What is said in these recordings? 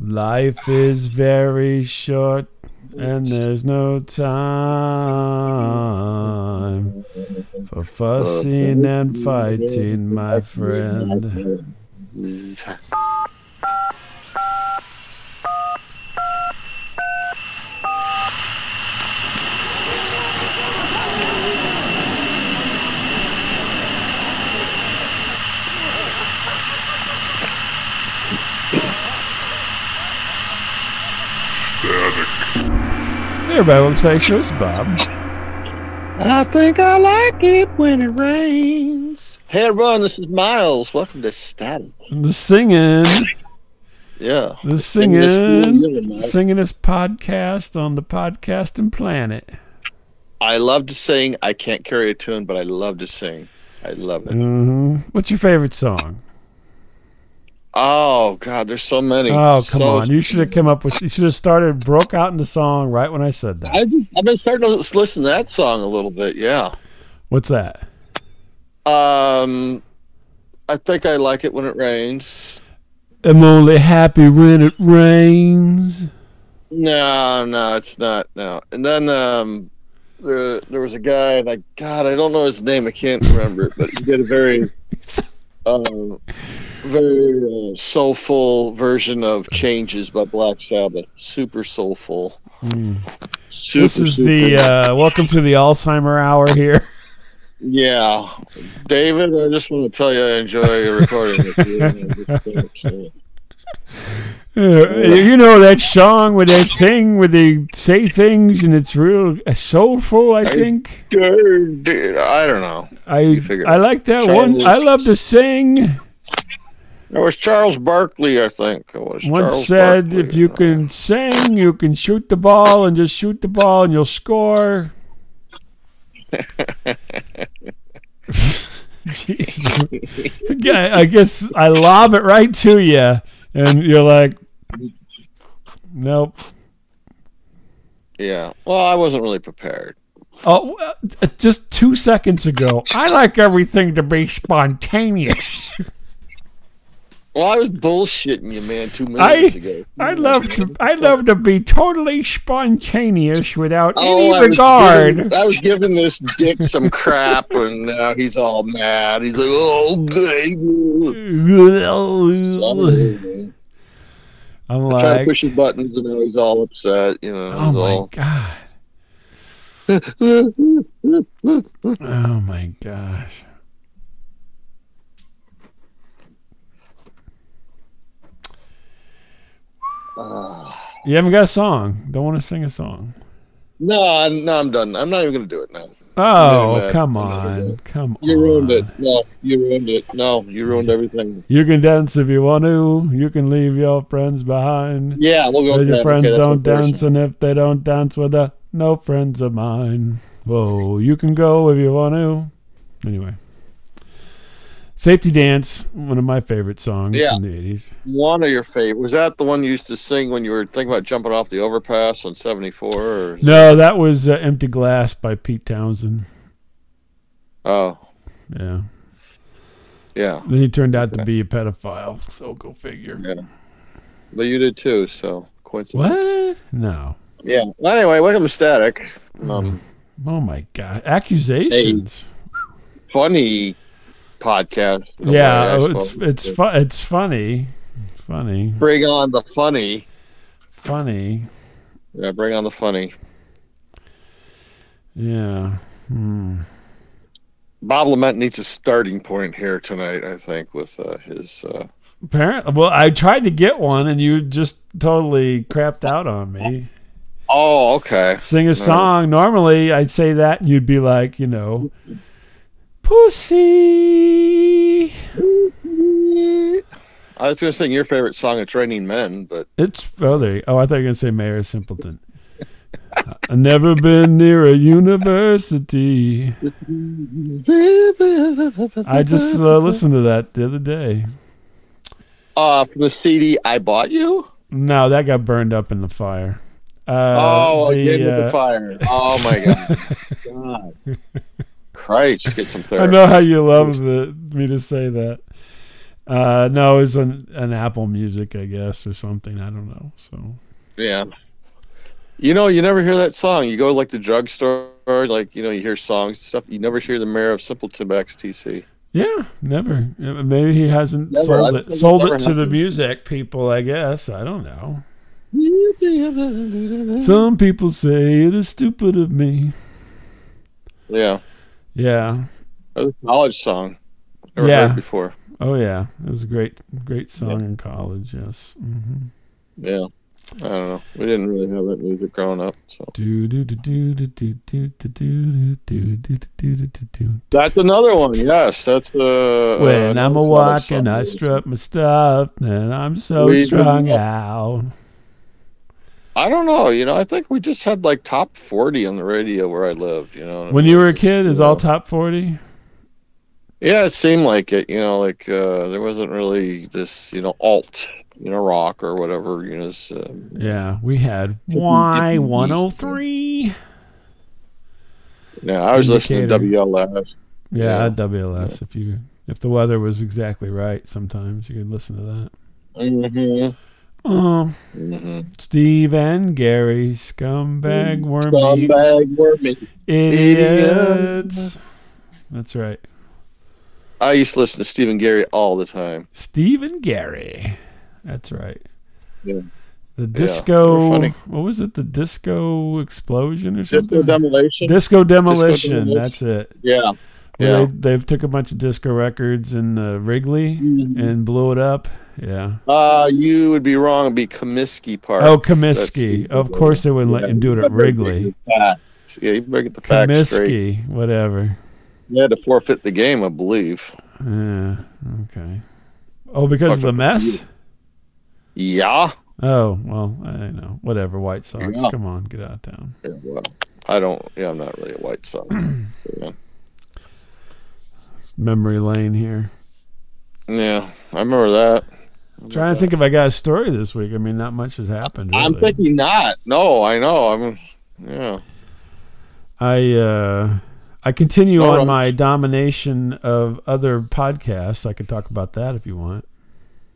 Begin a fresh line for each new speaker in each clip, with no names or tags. Life is very short and there's no time for fussing and fighting, my friend. Hey everybody, welcome to Static Show. This is Bob.
I think I like it when it rains. Hey everyone, this is Miles. Welcome to Static.
The singing,
Yeah.
the
And this is
singing,
really nice.
singing this podcast on the podcasting planet.
I love to sing. I can't carry a tune, but I love to sing. I love it.
hmm What's your favorite song?
Oh God, there's so many.
Oh come
So-
on! You should have come up with. You should have started broke out into song right when I said that.
I just, I've been starting to s- listen to that song a little bit. Yeah.
What's that?
Um, I think I like it when it rains.
I'm only happy when it rains.
No, no, it's not. No. And then um, there, there was a guy, and I, God, I don't know his name. I can't remember it, but he did a very, um, very uh, soulful version of "Changes" by Black Sabbath. Super soulful. Super,
Hmm. This is the
super-
uh, welcome to the Alzheimer hour here.
yeah, David. I just want to tell you I enjoy your recording. with you, and I just don't care.
Uh, you know that song with that thing where they say things and it's real uh, soulful. I think
Dude, dude, I don't know.
I
figure it
I like that
Try
one.
and-
I love to sing.
It was Charles Barkley, I think. It was
One
Charles
said,
Barkley, uh,
if you
know.
can sing, you can shoot the ball and just shoot the ball and you'll score. Jeez. Yeah, I guess I lob it right to you, and you're like, nope.
Yeah. Well, I wasn't really prepared.
Oh, uh, just two seconds ago, I like everything to be spontaneous.
Well, I was bullshitting you, man, two
I-
minutes ago.
I love to. I love to be totally spontaneous without
Oh,
any
I was,
regard.
giving, I was giving this dick some crap, and now he's all mad. He's like, "Oh, baby."
I'm
Trying to
like,
push his buttons, and now he's all upset. You know,
oh
he's
my
all,
god, oh my gosh. You haven't got a song. Don't want to sing a song.
no, I'm, no, I'm done. I'm not even gonna do it now.
Oh,
that.
come
I'll never do
on, come on.
You ruined it. No, you ruined it. No, you ruined everything.
You can dance if you want to. You can leave your friends behind.
Yeah, we'll go.
But
with
your
that.
friends
Okay, that's
don't
one person.
dance, and if they don't dance with the no friends of mine. Whoa, you can go if you want to. Anyway. Safety Dance, one of my favorite songs
Yeah.
from the 80s.
One of your favorite was that the one you used to sing when you were thinking about jumping off the overpass on '74? Or
No, that was uh, Empty Glass by Pete Townsend.
oh,
Yeah.
yeah.
Then he turned out to be a pedophile, so go figure.
Yeah. But you did too, so coincidence.
What? No.
Yeah. Well, anyway, welcome to Static. Um,
Oh my God. Accusations.
funny podcast. in
Mm-hmm.
a
yeah, oh,
way, I
it's
suppose.
it's fu- it's funny. Funny.
bring on the funny.
Funny.
Yeah, bring on the funny.
Yeah. Hmm.
Bob Lament needs a starting point here tonight, I think, with uh, his. Uh,
Apparently, well, I tried to get one, and you just totally crapped out on me.
oh, okay.
Sing a song. Normally, I'd say that, and you'd be like, you know, "Pussy."
I was going to sing your favorite song, "It's Raining Men," but
It's oh, there. You, oh, I thought you were gonna say Mayor Simpleton. I've never been near a university. I just uh, listened to that the other day.
uh, from the CD I bought you.
No, that got burned up in the fire. Uh,
Oh,
the,
game with
uh,
the fire. Oh my god. god. Christ, get some
I
therapy.
know how you love the, me to say that. Uh, no, it was an, an Apple Music, I guess, or something. I don't know. So
Yeah. You know, you never hear that song. You go to like the drugstore, like you know, you hear songs and stuff. You never hear the mayor of Simpleton back to TC.
yeah, never. Yeah, Maybe he hasn't
Never.
sold
I
it.
think it
Sold
never
it to the
happened.
music people, I guess. I don't know. Some people say it is stupid of me.
yeah,
Yeah.
that was a college song. Never
Yeah.
heard it before.
Oh yeah, it was a great, great song in college. Yes. Mm-hmm.
Yeah, I don't know. We didn't really have that music growing up, so
Do do do do do do do do do do do do do do do do.
that's another one. Yes, that's the. uh,
When I'm a
another
walking,
song.
I strut my stuff, and I'm so
We do
strung
not-
out.
I don't know. You know, I think we just had like top forty on the radio where I lived. You know,
When you were a kid, is all
time.
top forty?
Yeah, it seemed like it. You know, like uh, there wasn't really this, you know, alt, you know, rock or whatever. You know, this, uh,
Yeah, we had Y one oh three.
yeah. I was listening to
Indicator.
WLS.
Yeah,
Yeah.
WLS. If you if the weather was exactly right, sometimes you could listen to that.
Mm-hmm.
Oh,
Mm-hmm.
Steve and Gary, scumbag wormy
Mm. Scumbag Wormy.
idiots. That's right,
I used to listen to Stephen Gary all the time.
Steve and Gary. That's right.
Yeah.
The
they were
disco.
funny.
what was it? The disco explosion or something?
Disco Demolition.
Disco demolition.
Demolition.
That's it.
yeah,
Where
yeah.
They, they took a bunch of disco records in the Wrigley
Mm.
and blew it up. Yeah.
Uh, you would be wrong. It'd be Comiskey Park.
Oh,
That's
Comiskey.
the-
Of course, they wouldn't let
Yeah,
him do it
you
at
better get
Wrigley.
the facts. Yeah, you better get the facts straight.
Comiskey, whatever.
You had to forfeit the game, I believe.
Yeah. Okay. Oh, because of the mess.
Yeah.
Oh well, I know. Whatever. White Sox.
Yeah.
Come on, get out of town.
Yeah, well, I don't. Yeah, I'm not really a White Sox. yeah.
Memory lane here.
Yeah, I remember that. Oh
Trying to think if I got a story this week. I mean, not much has happened. Really.
I'm thinking not. No, I know. I'm. Yeah.
I uh, I continue
All
on
right.
my domination of other podcasts. I could talk about that if you want.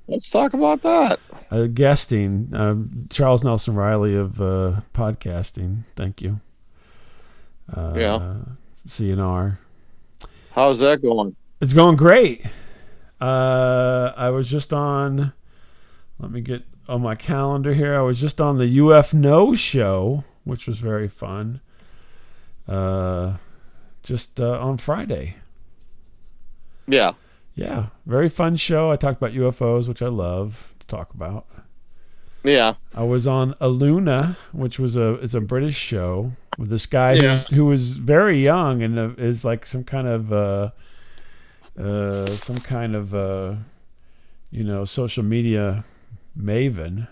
Let's talk about that.
Uh, guesting, um, Charles Nelson Riley of uh, podcasting. Thank you. Uh,
Yeah.
CNR.
How's that going?
It's going great. Uh, I was just on. Let me get on my calendar here. I was just on the UF No show, which was very fun. Uh, just uh, on Friday.
Yeah.
Yeah, very fun show. I talked about UFOs, which I love to talk about.
Yeah.
I was on Aluna, which was a it's a British show with this guy
Yeah.
who's, who was very young and uh, is like some kind of uh, uh, some kind of uh, you know social media maven.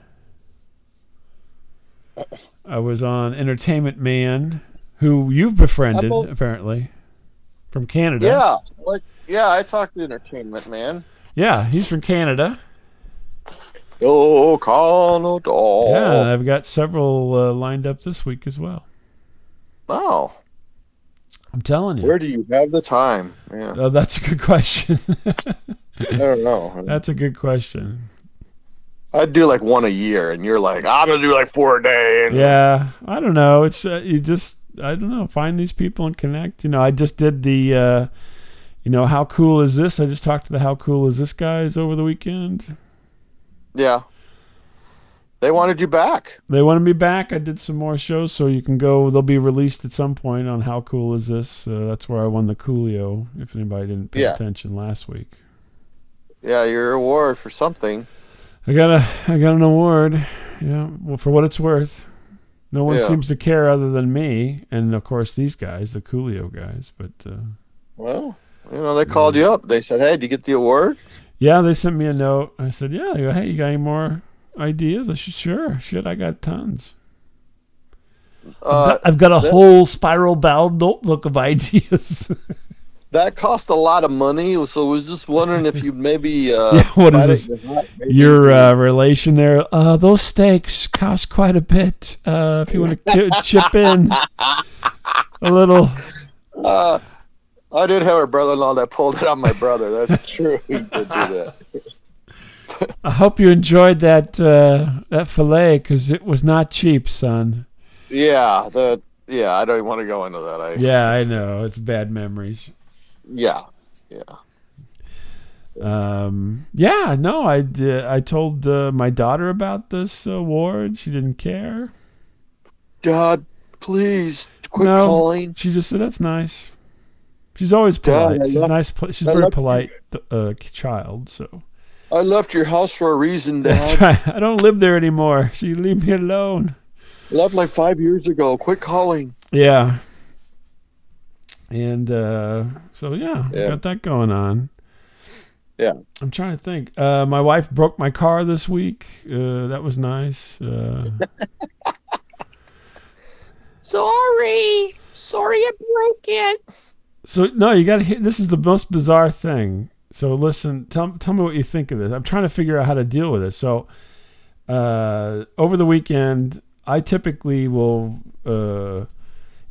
I was on Entertainment Man, who you've befriended
Apple.
apparently from Canada.
Yeah. Like. Yeah, I talked to entertainment man.
yeah, he's from Canada.
Oh, Connell Doll.
Yeah, and I've got several uh, lined up this week as well.
Wow.
I'm telling you.
Where do you have the time? Yeah.
Oh, that's a good question.
I don't know.
that's a good question.
I'd do like one a year, and you're like, I'm gonna do like four a day. And
Yeah, I don't know. It's uh, you just I don't know. Find these people and connect. You know, I just did the, uh, you know, how cool is this? I just talked to the how cool is this guys over the weekend.
yeah. They wanted you back.
They want me back. I did some more shows, so you can go. They'll be released at some point on how cool is this. Uh, that's where I won the Coolio. If anybody didn't pay
Yeah.
attention last week.
Yeah, your award for something.
I got a I got an award. Yeah, well, for what it's worth, no one
Yeah.
seems to care other than me, and of course these guys, the Coolio guys. But uh,
Well, you know, they called you up. They said, "Hey, did you get the award?"
yeah, they sent me a note. I said, yeah. They go, hey, you got any more ideas? I said, sure. Shit, I got tons.
Uh,
I've got a
that-
whole spiral bound notebook of ideas.
that cost a lot of money, so I was just wondering if you maybe. Uh,
Yeah, what is
decided
this?
to not- maybe-
Your uh, relation there, uh, those steaks cost quite a bit. Uh, if you want to chip in a little.
Uh, I did have a brother-in-law that pulled it on my brother. That's true. He did do that.
I hope you enjoyed that uh, that fillet because it was not cheap, son.
Yeah, the yeah. I don't even want to go into that. I yeah,
Yeah, I know it's bad memories.
yeah.
Um, yeah, no, I d- I told uh, my daughter about this award. She didn't care.
God, please quit
No.
calling.
She just said that's nice. She's always polite.
I
she's
love-
nice. Pl- she's
I
very
love you.
polite uh, child. So
I left your house for a reason,
that's
Dad.
right. I don't live there anymore. She leave me alone.
Left like five years ago. Quit calling.
Yeah. And uh, so yeah,
Yeah.
got that going on.
Yeah.
I'm trying to think. Uh, my wife broke my car this week. Uh, that was nice. Uh,
Sorry, sorry, I broke it.
So no, you got to hear. This is the most bizarre thing. So listen, tell tell me what you think of this. I'm trying to figure out how to deal with this. So uh, over the weekend, I typically will. Uh,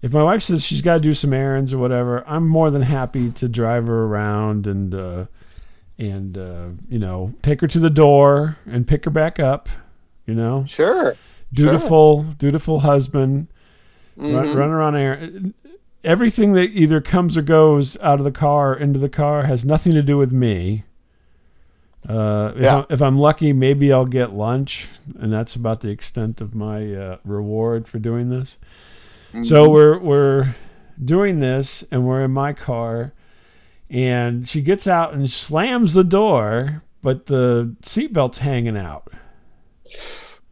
if my wife says she's got to do some errands or whatever, I'm more than happy to drive her around and uh, and uh, you know take her to the door and pick her back up. You know,
Sure.
dutiful, dutiful husband
Mhm.
run, run around air. Everything that either comes or goes out of the car or into the car has nothing to do with me. Uh, if,
Yeah.
I'm, if I'm lucky, maybe I'll get lunch, and that's about the extent of my uh, reward for doing this. So we're we're doing this, and we're in my car, and she gets out and slams the door, but the seatbelt's hanging out.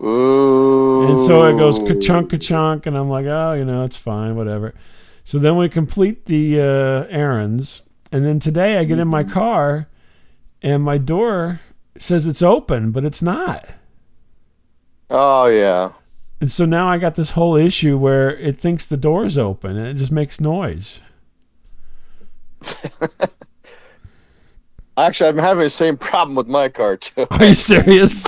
Ooh.
And so it
Oh.
goes ka-chunk, ka-chunk, and I'm like, oh, you know, it's fine, whatever. So then we complete the uh, errands, and then today I get in my car, and my door says it's open, but it's not.
Oh yeah.
And so now I got this whole issue where it thinks the door's open, and it just makes noise.
Actually, I'm having the same problem with my car too.
Are you serious?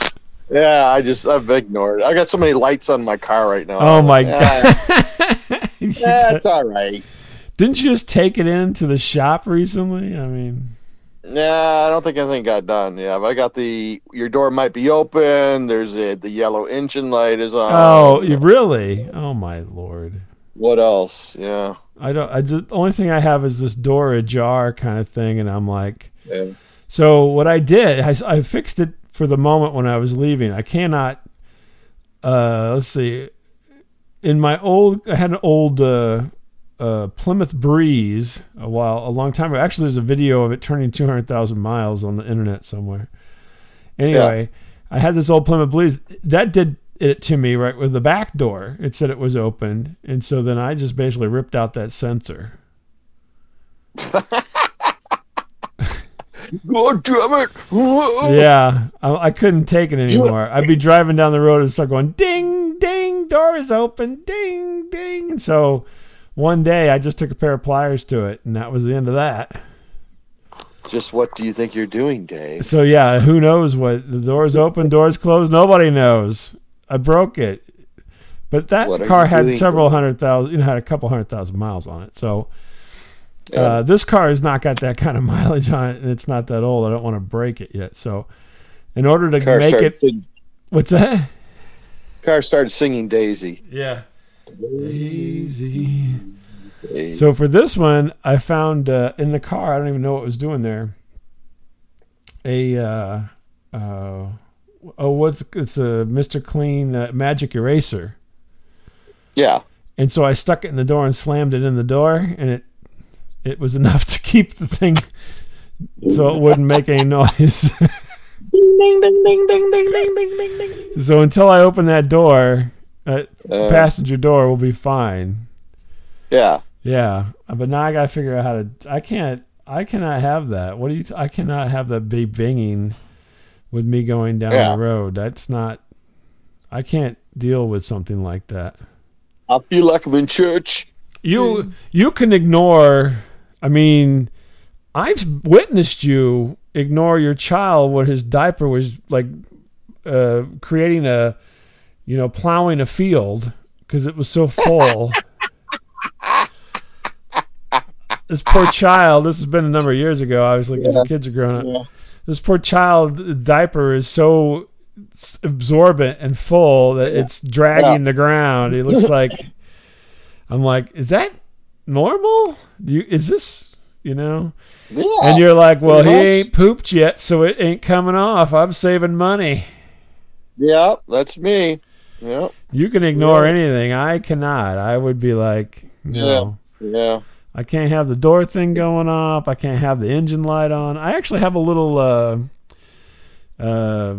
Yeah, I just I've ignored. it. I got so many lights on my car right now.
Oh
I'm
my
like, "Ah,
god! You
That's all right.
Didn't you just take it into the shop recently? I mean,
Nah, I don't think anything got done. Yeah, but I got the your door might be open. There's a, the yellow engine light is on.
oh, you really? Oh my lord!
what else? Yeah,
I don't. I just the only thing I have is this door ajar kind of thing, and I'm like,
yeah.
so what I did, I, I fixed it for the moment when I was leaving. I cannot. Uh, let's see. In my old, I had an old uh, uh, Plymouth Breeze a while, a long time ago. Actually, there's a video of it turning 200,000 miles on the internet somewhere. Anyway, I had this old Plymouth Breeze that did it to me right with the back door. It said it was open, and so then I just basically ripped out that sensor.
God damn it!
Yeah, I, I couldn't take it anymore. I'd be driving down the road and start going ding, ding, door is open, ding, ding. And so one day I just took a pair of pliers to it, and that was the end of that.
Just what do you think you're doing, Dave?
So yeah, who knows what the door's open, door's closed, nobody knows. I broke it, but that
What are
car
you
had
doing?
several hundred thousand, you know, had a couple hundred thousand miles on it. So uh, this car has not got that kind of mileage on it, and it's not that old. I don't want to break it yet. So in order to
car
make
started
it,
sing-
what's that?
car started singing Daisy.
Yeah. Daisy. So for this one, I found uh, in the car. I don't even know what was doing there. A uh, uh, oh, what's it's a Mister Clean uh, magic eraser,
yeah,
and so I stuck it in the door and slammed it in the door, and it it was enough to keep the thing so it wouldn't make any noise.
ding ding ding ding ding ding ding ding ding ding.
so until I open that door, uh,
Uh.
passenger door will be fine.
Yeah,
Yeah, but now I gotta figure out how to. I can't. I cannot have that. What do you? T- I cannot have that big binging with me going down
Yeah.
the road. That's not. I can't deal with something like that.
I feel like I'm in church. Hmm.
You you can ignore. I mean, I've witnessed you ignore your child when his diaper was like uh, creating a, you know, plowing a field because it was so full. this poor child. This has been a number of years ago. Obviously, 'cause your kids are growing up.
Yeah.
This poor child diaper is so s- absorbent and full that it's dragging the ground. It looks like I'm like, is that normal? You is this you know?
Yeah.
And you're like, well, he
Oh, Pretty much.
ain't pooped yet, so it ain't coming off. I'm saving money.
yeah, that's me. Yeah.
You can ignore
Yeah.
anything. I cannot. I would be like, no.
Yeah.
I can't have the door thing going up. I can't have the engine light on. I actually have a little uh, uh,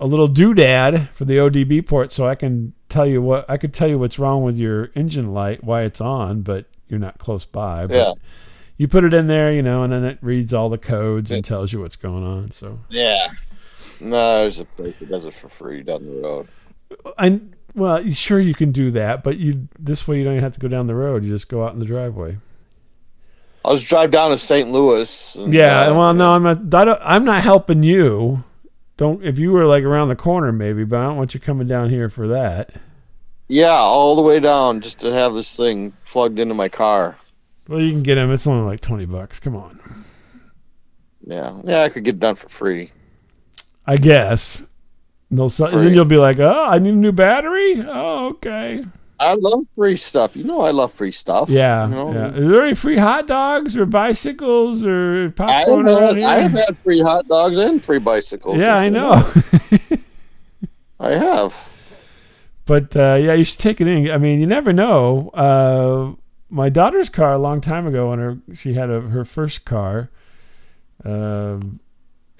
a little doodad for the ODB port, so I can tell you what I could tell you what's wrong with your engine light, why it's on, but you're not close by. But
Yeah.
You put it in there, you know, and then it reads all the codes
Yeah.
and tells you what's going on. So
Yeah. No, there's a place that does it for free down the road.
I well, sure you can do that, but you this way you don't even have to go down the road. You just go out in the driveway.
I was drive down to St. Louis. And,
Yeah,
uh,
well, no, I'm not. I don't, I'm not helping you. Don't if you were like around the corner, maybe, but I don't want you coming down here for that.
Yeah, all the way down just to have this thing plugged into my car.
Well, you can get him. It's only like twenty bucks. Come on,
Yeah, yeah, I could get it done for free.
I guess. And they'll sell, and then
Free.
you'll be like, oh, I need a new battery. Oh, okay.
I love free stuff. You know, I love free stuff.
Yeah,
You know?
yeah. Is there any free hot dogs or bicycles or
I
popcorn
have,
around
had,
here?
I have had free hot dogs and free bicycles.
yeah, I know.
I have.
But uh, yeah, you should take it in. I mean, you never know. Uh, my daughter's car a long time ago when her she had a, her first car, um,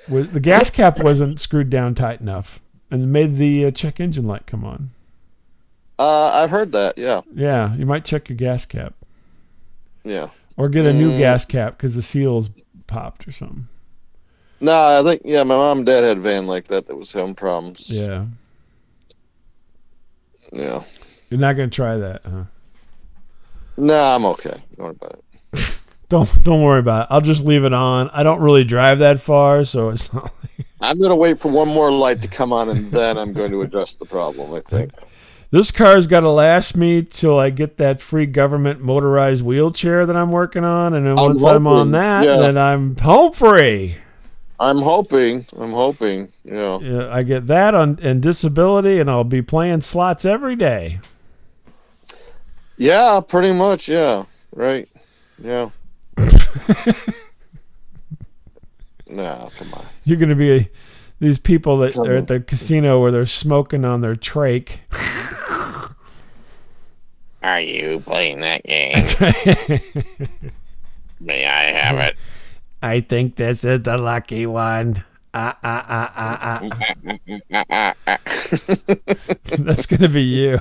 was, the gas cap wasn't screwed down tight enough, and made the uh, check engine light come on.
Uh, I've heard that. Yeah,
Yeah, you might check your gas cap
yeah.
or get a new
Mm.
gas cap because the seals popped or something.
No, I think yeah. My mom and dad had a van like that that was having problems.
Yeah,
yeah.
you're not gonna try that. Huh?
No, I'm okay. Don't worry about it.
Don't don't worry about it. I'll just leave it on. I don't really drive that far, so it's not.
I'm gonna wait for one more light to come on, and then I'm going to address the problem. I think.
this car's got to last me till I get that free government motorized wheelchair that I'm working on, and then
I'm
once I'm on
hoping,
that,
yeah.
then I'm home free.
I'm hoping. I'm hoping. You know.
Yeah, I get that on and disability, and I'll be playing slots every day.
Yeah, pretty much. Yeah, right. Yeah. nah, come on.
You're going to be these people that
Come
are
on.
at the casino where they're smoking on their trach.
Are you playing that game? May I have it?
I think this is the lucky one. Ah, ah, ah, ah, ah.
Uh,
That's going to be you.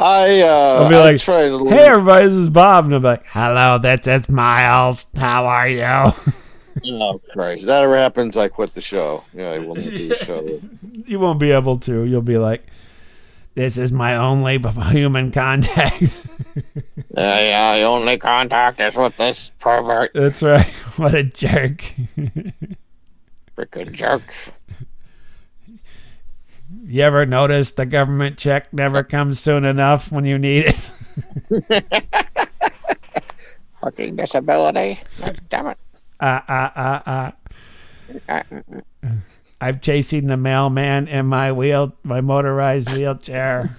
I uh,
I'll be
I
like,
tried a little.
Hey, everybody, this is Bob. And I'm like, hello, that's it's Miles. How are you?
uh,
oh Christ! If that ever happens, I quit the show. Yeah, I will not do the show.
you won't be able to. You'll be like, this is my only b- human contact.
Yeah, yeah, the only contact is with this pervert.
That's right. What a jerk.
Freaking jerk.
you ever notice the government check never comes soon enough when you need it?
Fucking disability. God damn it. Uh,
Ah, ah, ah, ah. I'm chasing the mailman in my wheel, my motorized wheelchair.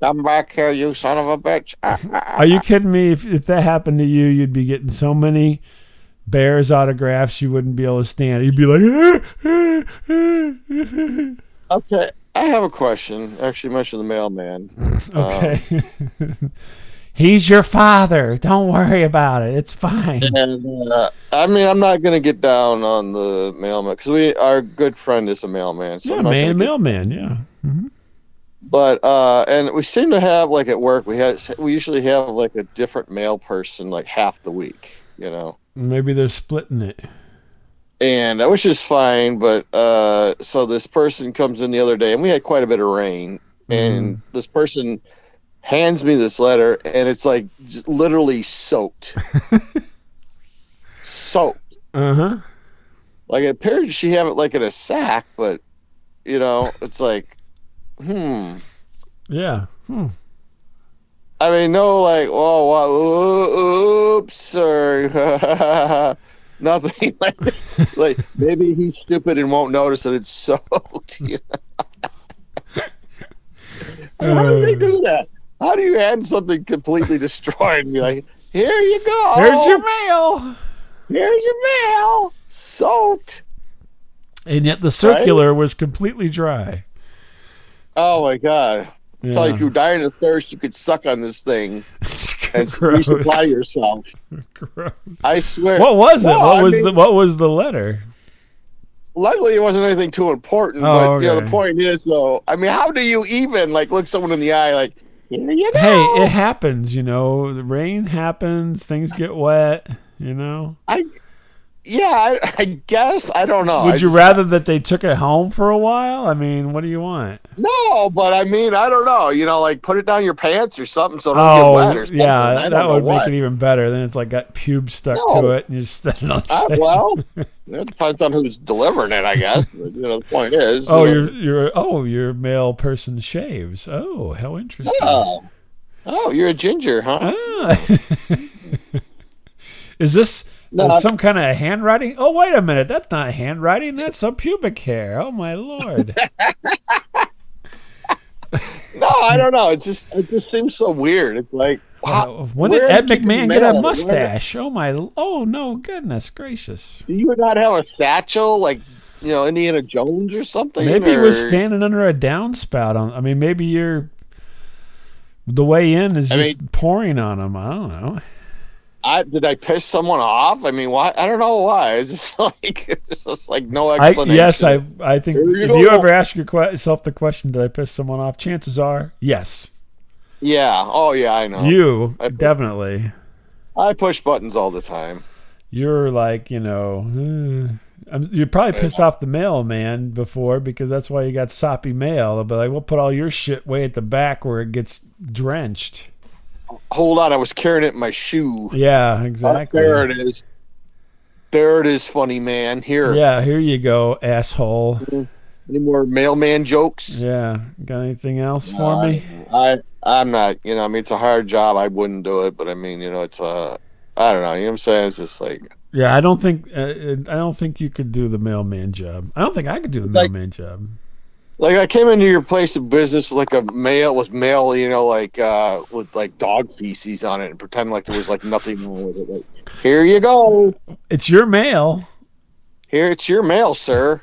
Come back here, you son of a bitch. Ah, ah, ah.
Are you kidding me? If if that happened to you, you'd be getting so many Bears autographs you wouldn't be able to stand. You'd be like, "Ah,
Okay, I have a question. Actually, mentioned the mailman.
Okay. Um, He's your father. Don't worry about it. It's fine.
And uh, I mean, I'm not gonna get down on the mailman because we our good friend is a mailman. So
Yeah,
I'm not
man,
gonna get-
mailman. Yeah.
But uh, and we seem to have like at work we had we usually have like a different mail person like half the week, you know.
Maybe they're splitting it.
And which is fine, but uh, so this person comes in the other day, and we had quite a bit of rain, and this person hands me this letter, and it's like j- literally soaked, soaked.
Uh huh.
Like it appears she have it like in a sack, but you know, it's like, hmm.
Yeah. Hmm.
I mean, no, like, oh, wow, oops, or nothing like, that. like maybe he's stupid and won't notice that it's soaked. you know? How do they
Uh.
do that? How do you hand something completely destroyed and be like, here you go,
Here's your
Oh.
mail.
here's your mail, soaked.
And yet the circular was completely dry.
Oh my god!
Yeah.
It's like if you're dying of thirst, you could suck on this thing and
Gross.
resupply yourself.
Gross.
I swear.
What was it?
No,
what
I
was
mean-
the what was the letter?
luckily it wasn't anything too important.
Oh,
but you know,
okay.
the point is though, I mean, how do you even like look someone in the eye like, here you go?
Hey, it happens, you know. The rain happens, things get wet, you know.
I, yeah, I, I guess I don't know.
Would
Oh, I
you
just-
rather that they took it home for a while? I mean, what do you want?
No, but I mean, I don't know. You know, like put it down your pants or something so it don't get wet
Oh,
or something. I
yeah,
don't
that
know
would
what.
make it even better. Then it's like got pubes stuck to
No.
it, and you just set it on.
Uh,
the
well, it depends on who's delivering it, I guess. But, you know, the point is. uh,
Oh,
you know,
your your oh your male person shaves. Oh, how interesting.
Oh, oh, you're a ginger, huh?
Ah. is this
No,
uh,
I-
some kind of handwriting? Oh, wait a minute. That's not handwriting. That's some pubic hair. Oh my lord.
No, I don't know. It just it just seems so weird. It's like, wow,
Uh, when did
where
Ed
did you
McMahon
mail
get
it?
a
Where-
mustache? Oh my. Oh no. Goodness gracious.
Do you not have a satchel like you know Indiana Jones or something?
Maybe
or...
we're standing under a downspout. On. I mean, maybe you're. The way in is
I
just pouring on them. I don't know.
I, did I piss someone off? I mean, why? I don't know why. It's just like it's just like no
I,
explanation.
yes, I. I think
There you
if you
go.
ever ask your que- yourself the question, "Did I piss someone off?" Chances are, yes.
yeah. Oh yeah, I know.
You
I-
definitely.
I push buttons all the time.
You're like you know. uh, I'm- you're probably pissed off the mailman before because that's why you got soppy mail. But like, we'll put all your shit way at the back where it gets drenched.
Hold on, I was carrying it in my shoe.
Yeah,
Oh,
exactly.
There it is. There it is, funny man. Here,
Yeah, here you go, asshole.
any more mailman jokes?
Yeah, got anything else
No,
for me?
I I'm not. You know, I mean, it's a hard job. I wouldn't do it, but I mean, you know, it's uh, I don't know. You know what I'm saying? It's just like
Yeah, I don't think uh, I don't think you could do the mailman job. I don't think I could do the
like-
mailman job.
Like I came into your place of business with like a mail with mail, you know, like uh with like dog feces on it and pretend like there was like nothing wrong with it. Like, here you go.
It's your mail.
Here it's your mail, sir.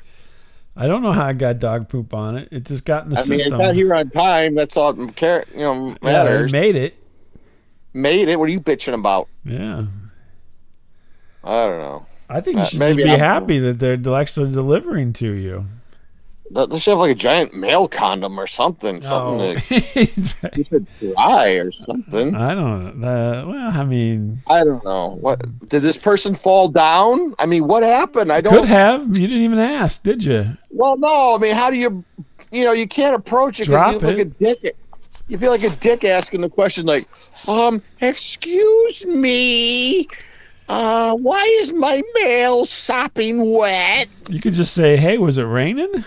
I don't know how I got dog poop on it. It just got in the
I mean, I
system.
got here on time. That's all that care, you know,
yeah, they
matters.
made it.
Made it. What are you bitching about?
Yeah.
I don't know.
I think you
Uh,
should just
maybe
be
I'm-
happy that they're del- actually delivering to you.
Th- They should have like a giant mail condom or something. Something that
I
you should dry or something.
don't know. Uh, well, I mean,
I don't know. What did this person fall down? I mean, what happened? I don't
could have. You didn't even ask, did you?
Well, no, I mean, how do you, you know, you can't approach it
Drop
because you look
it.
like a dick. You feel like a dick asking the question, like, um, excuse me, uh, why is my mail sopping wet?
You could just say, "Hey, was it raining?"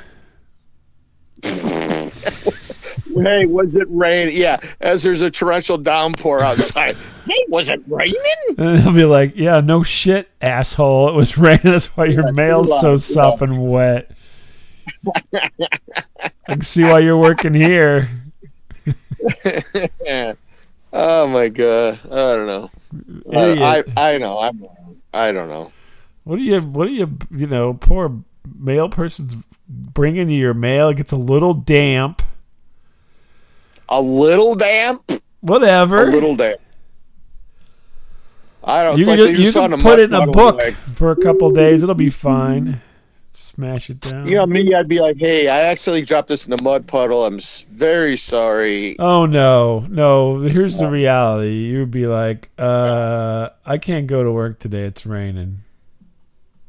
Hey, was it raining? Yeah, as there's a torrential downpour outside. hey, was it raining?
And they'll be like, "Yeah, no shit, asshole. It was raining. That's why your mail's so
yeah.
sopping wet." I can see why you're working here.
Yeah. Oh my god, I don't know. I,
Idiot.
I I know I'm. wrong. I don't know.
What do you? What do you? You know, poor mail person's bringing you your mail. It gets a little damp.
A little damp.
Whatever.
a little damp. I don't.
you
it's
can,
like
ju-
they
you
just
can
found
put it in a
mud
book
puddle, like,
for a couple days. It'll be fine. Smash it down.
you know, me, I'd be like, "Hey, I accidentally dropped this in a mud puddle. I'm s- very sorry."
Oh no, no. Here's the reality. You'd be like, uh, I can't go to work today. It's raining.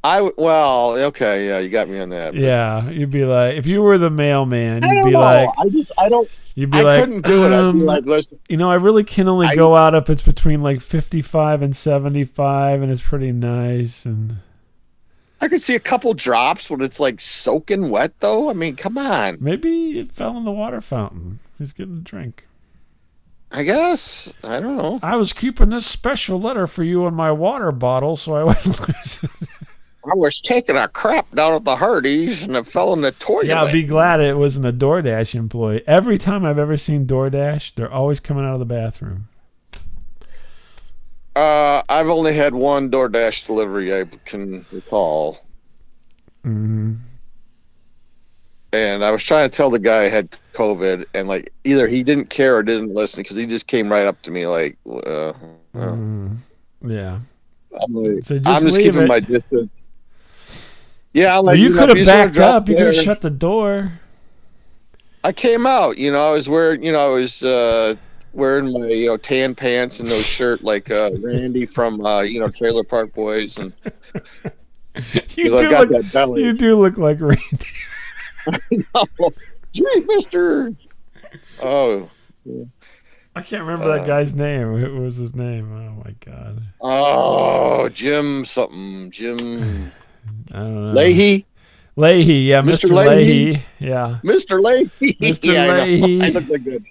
I w- well, okay, yeah, you got me on that.
Yeah, you'd be like, if you were the mailman,
I
you'd
don't
be
know.
like,
I just, I don't,
you'd be
I
like,
couldn't do it. I'd
um,
be like, listen,
you know, I really can only
I-
go out if it's between like 55 and 75, and it's pretty nice. And
I could see a couple drops, but it's like soaking wet, though. I mean, come on.
maybe it fell in the water fountain. He's getting a drink.
I guess I don't know.
I was keeping this special letter for you in my water bottle, so I went.
I was taking a crap down at the Hardee's and it fell in the toilet.
yeah, I'll be glad it wasn't a DoorDash employee. Every time I've ever seen DoorDash, they're always coming out of the bathroom.
uh, I've only had one DoorDash delivery I can recall, Mm-hmm.
hmm
and I was trying to tell the guy I had COVID, and like either he didn't care or didn't listen because he just came right up to me like, uh, uh,
Mm-hmm. Yeah.
I'm, like,
Mm. So just
I'm just
leave
keeping
it.
my distance. Yeah,
Well,
I'm like,
you
know,
could have
if just wanna
backed
drop
up. You could have
there-
shut the door.
I came out, you know, I was wearing, you know, I was uh, wearing my, you know, tan pants and no shirt like uh, Randy from, uh, you know, Trailer Park Boys, and
You
'cause I
do,
got
look,
that belly.
you do look like Randy.
Gee, Mister. Oh,
I can't remember that
Uh,
guy's name. What was his name? Oh my god.
oh, Jim something, Jim
I don't
Um,
know.
Leahy,
Leahy, yeah, Mr.
Mr.
Leahy.
Leahy.
Yeah.
Mister Leahy.
Mr.
Yeah, I know.
Leahy.
I look like that.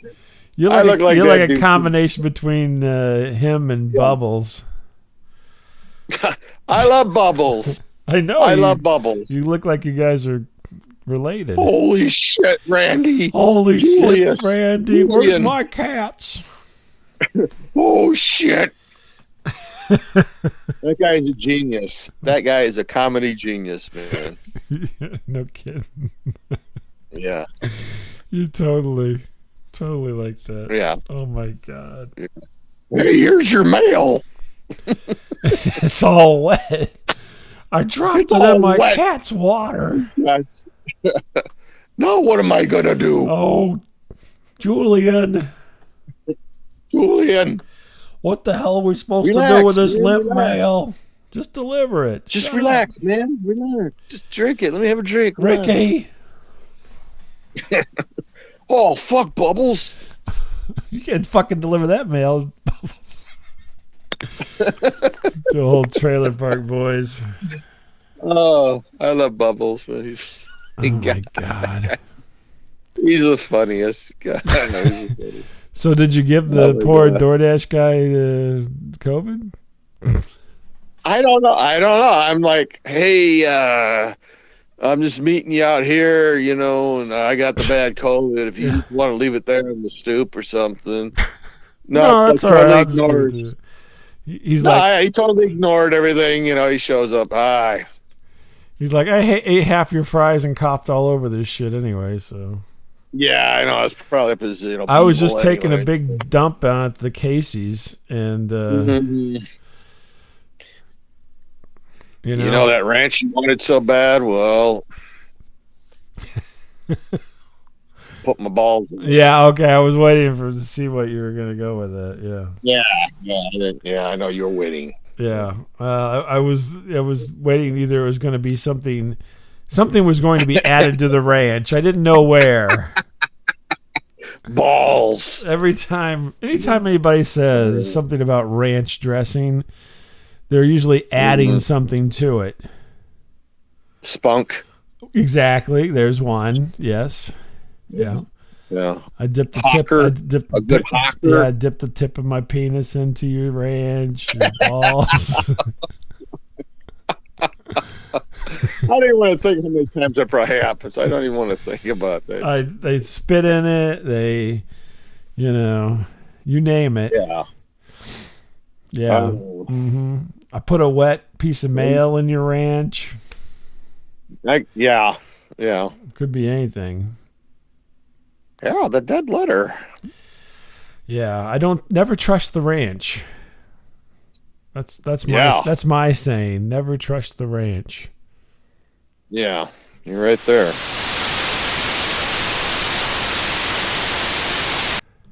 You're
I
like,
look
a,
like
you're
that
like a
dude.
combination between uh, him and Bubbles.
I love bubbles.
I know.
I
you,
love bubbles.
you look like you guys are related.
Holy shit, Randy.
Holy
Julius.
shit, Randy. Where's
Julian.
my cats?
Oh shit. that guy is a genius. That guy is a comedy genius, man.
no kidding.
Yeah.
You totally, totally like that.
Yeah.
Oh my god.
Hey, here's your mail.
It's all wet. I dropped
It's
it in
all
my
wet.
cat's water.
That's... now what am I gonna do?
Oh, Julian,
Julian,
what the hell are we supposed to do
Relax,
with this
man,
limp
relax.
mail? Just deliver it.
just
Shut up.
relax, man. Relax. Just drink it. Let me have a drink. Relax.
Ricky.
Oh fuck bubbles.
You can't fucking deliver that mail. Bubbles. to old trailer park boys.
Oh I love bubbles, but he's
Oh my
Yeah.
god.
he's the funniest guy. I know he's the funniest.
So did you give the
Oh my
poor
God.
DoorDash guy uh, COVID?
I don't know. I don't know. I'm like, hey, uh, I'm just meeting you out here, you know, and I got the bad COVID. If you just want to leave it there in the stoop or something. No,
No,
I
that's all right.
totally
I'll just give it
ignored-
to you. He- He's
No,
like,
I, he totally ignored everything. You know, he shows up. Hi.
he's like, I ha- ate half your fries and coughed all over this shit anyway. So
Yeah, I know. It's probably up his, you know,
I was just
people
taking a
anyway.
big dump out at the Casey's, and uh,
Mhm.
you know,
You know that ranch you wanted so bad? Well, put my balls. In.
yeah, okay. I was waiting for to see what you were gonna go with it. Yeah,
Yeah, yeah, I didn't- yeah. I know you're waiting.
yeah. Uh, I, I was, I was waiting. Either it was going to be something, something was going to be added to the ranch. I didn't know where.
Balls.
every time anytime anybody says something about ranch dressing they're usually adding
Mhm.
something to it
Spunk.
exactly there's one yes yeah
Yeah.
i dipped the
Hawker.
tip I dipped
A
the
good
tip-
hawker.
yeah, I dipped the tip of my penis into your ranch and balls.
I don't even want to think how many times that probably happens. I don't even want to think about that.
I, they spit in it. They, you know, you name it.
yeah.
Yeah.
Oh.
hmm I put a wet piece
Mm-hmm.
of mail in your ranch.
I, yeah. Yeah.
Could be anything.
Yeah. The dead letter.
Yeah, I don't never trust the ranch. That's that's my
Yeah.
that's my saying. Never trust the ranch.
Yeah. You're right there.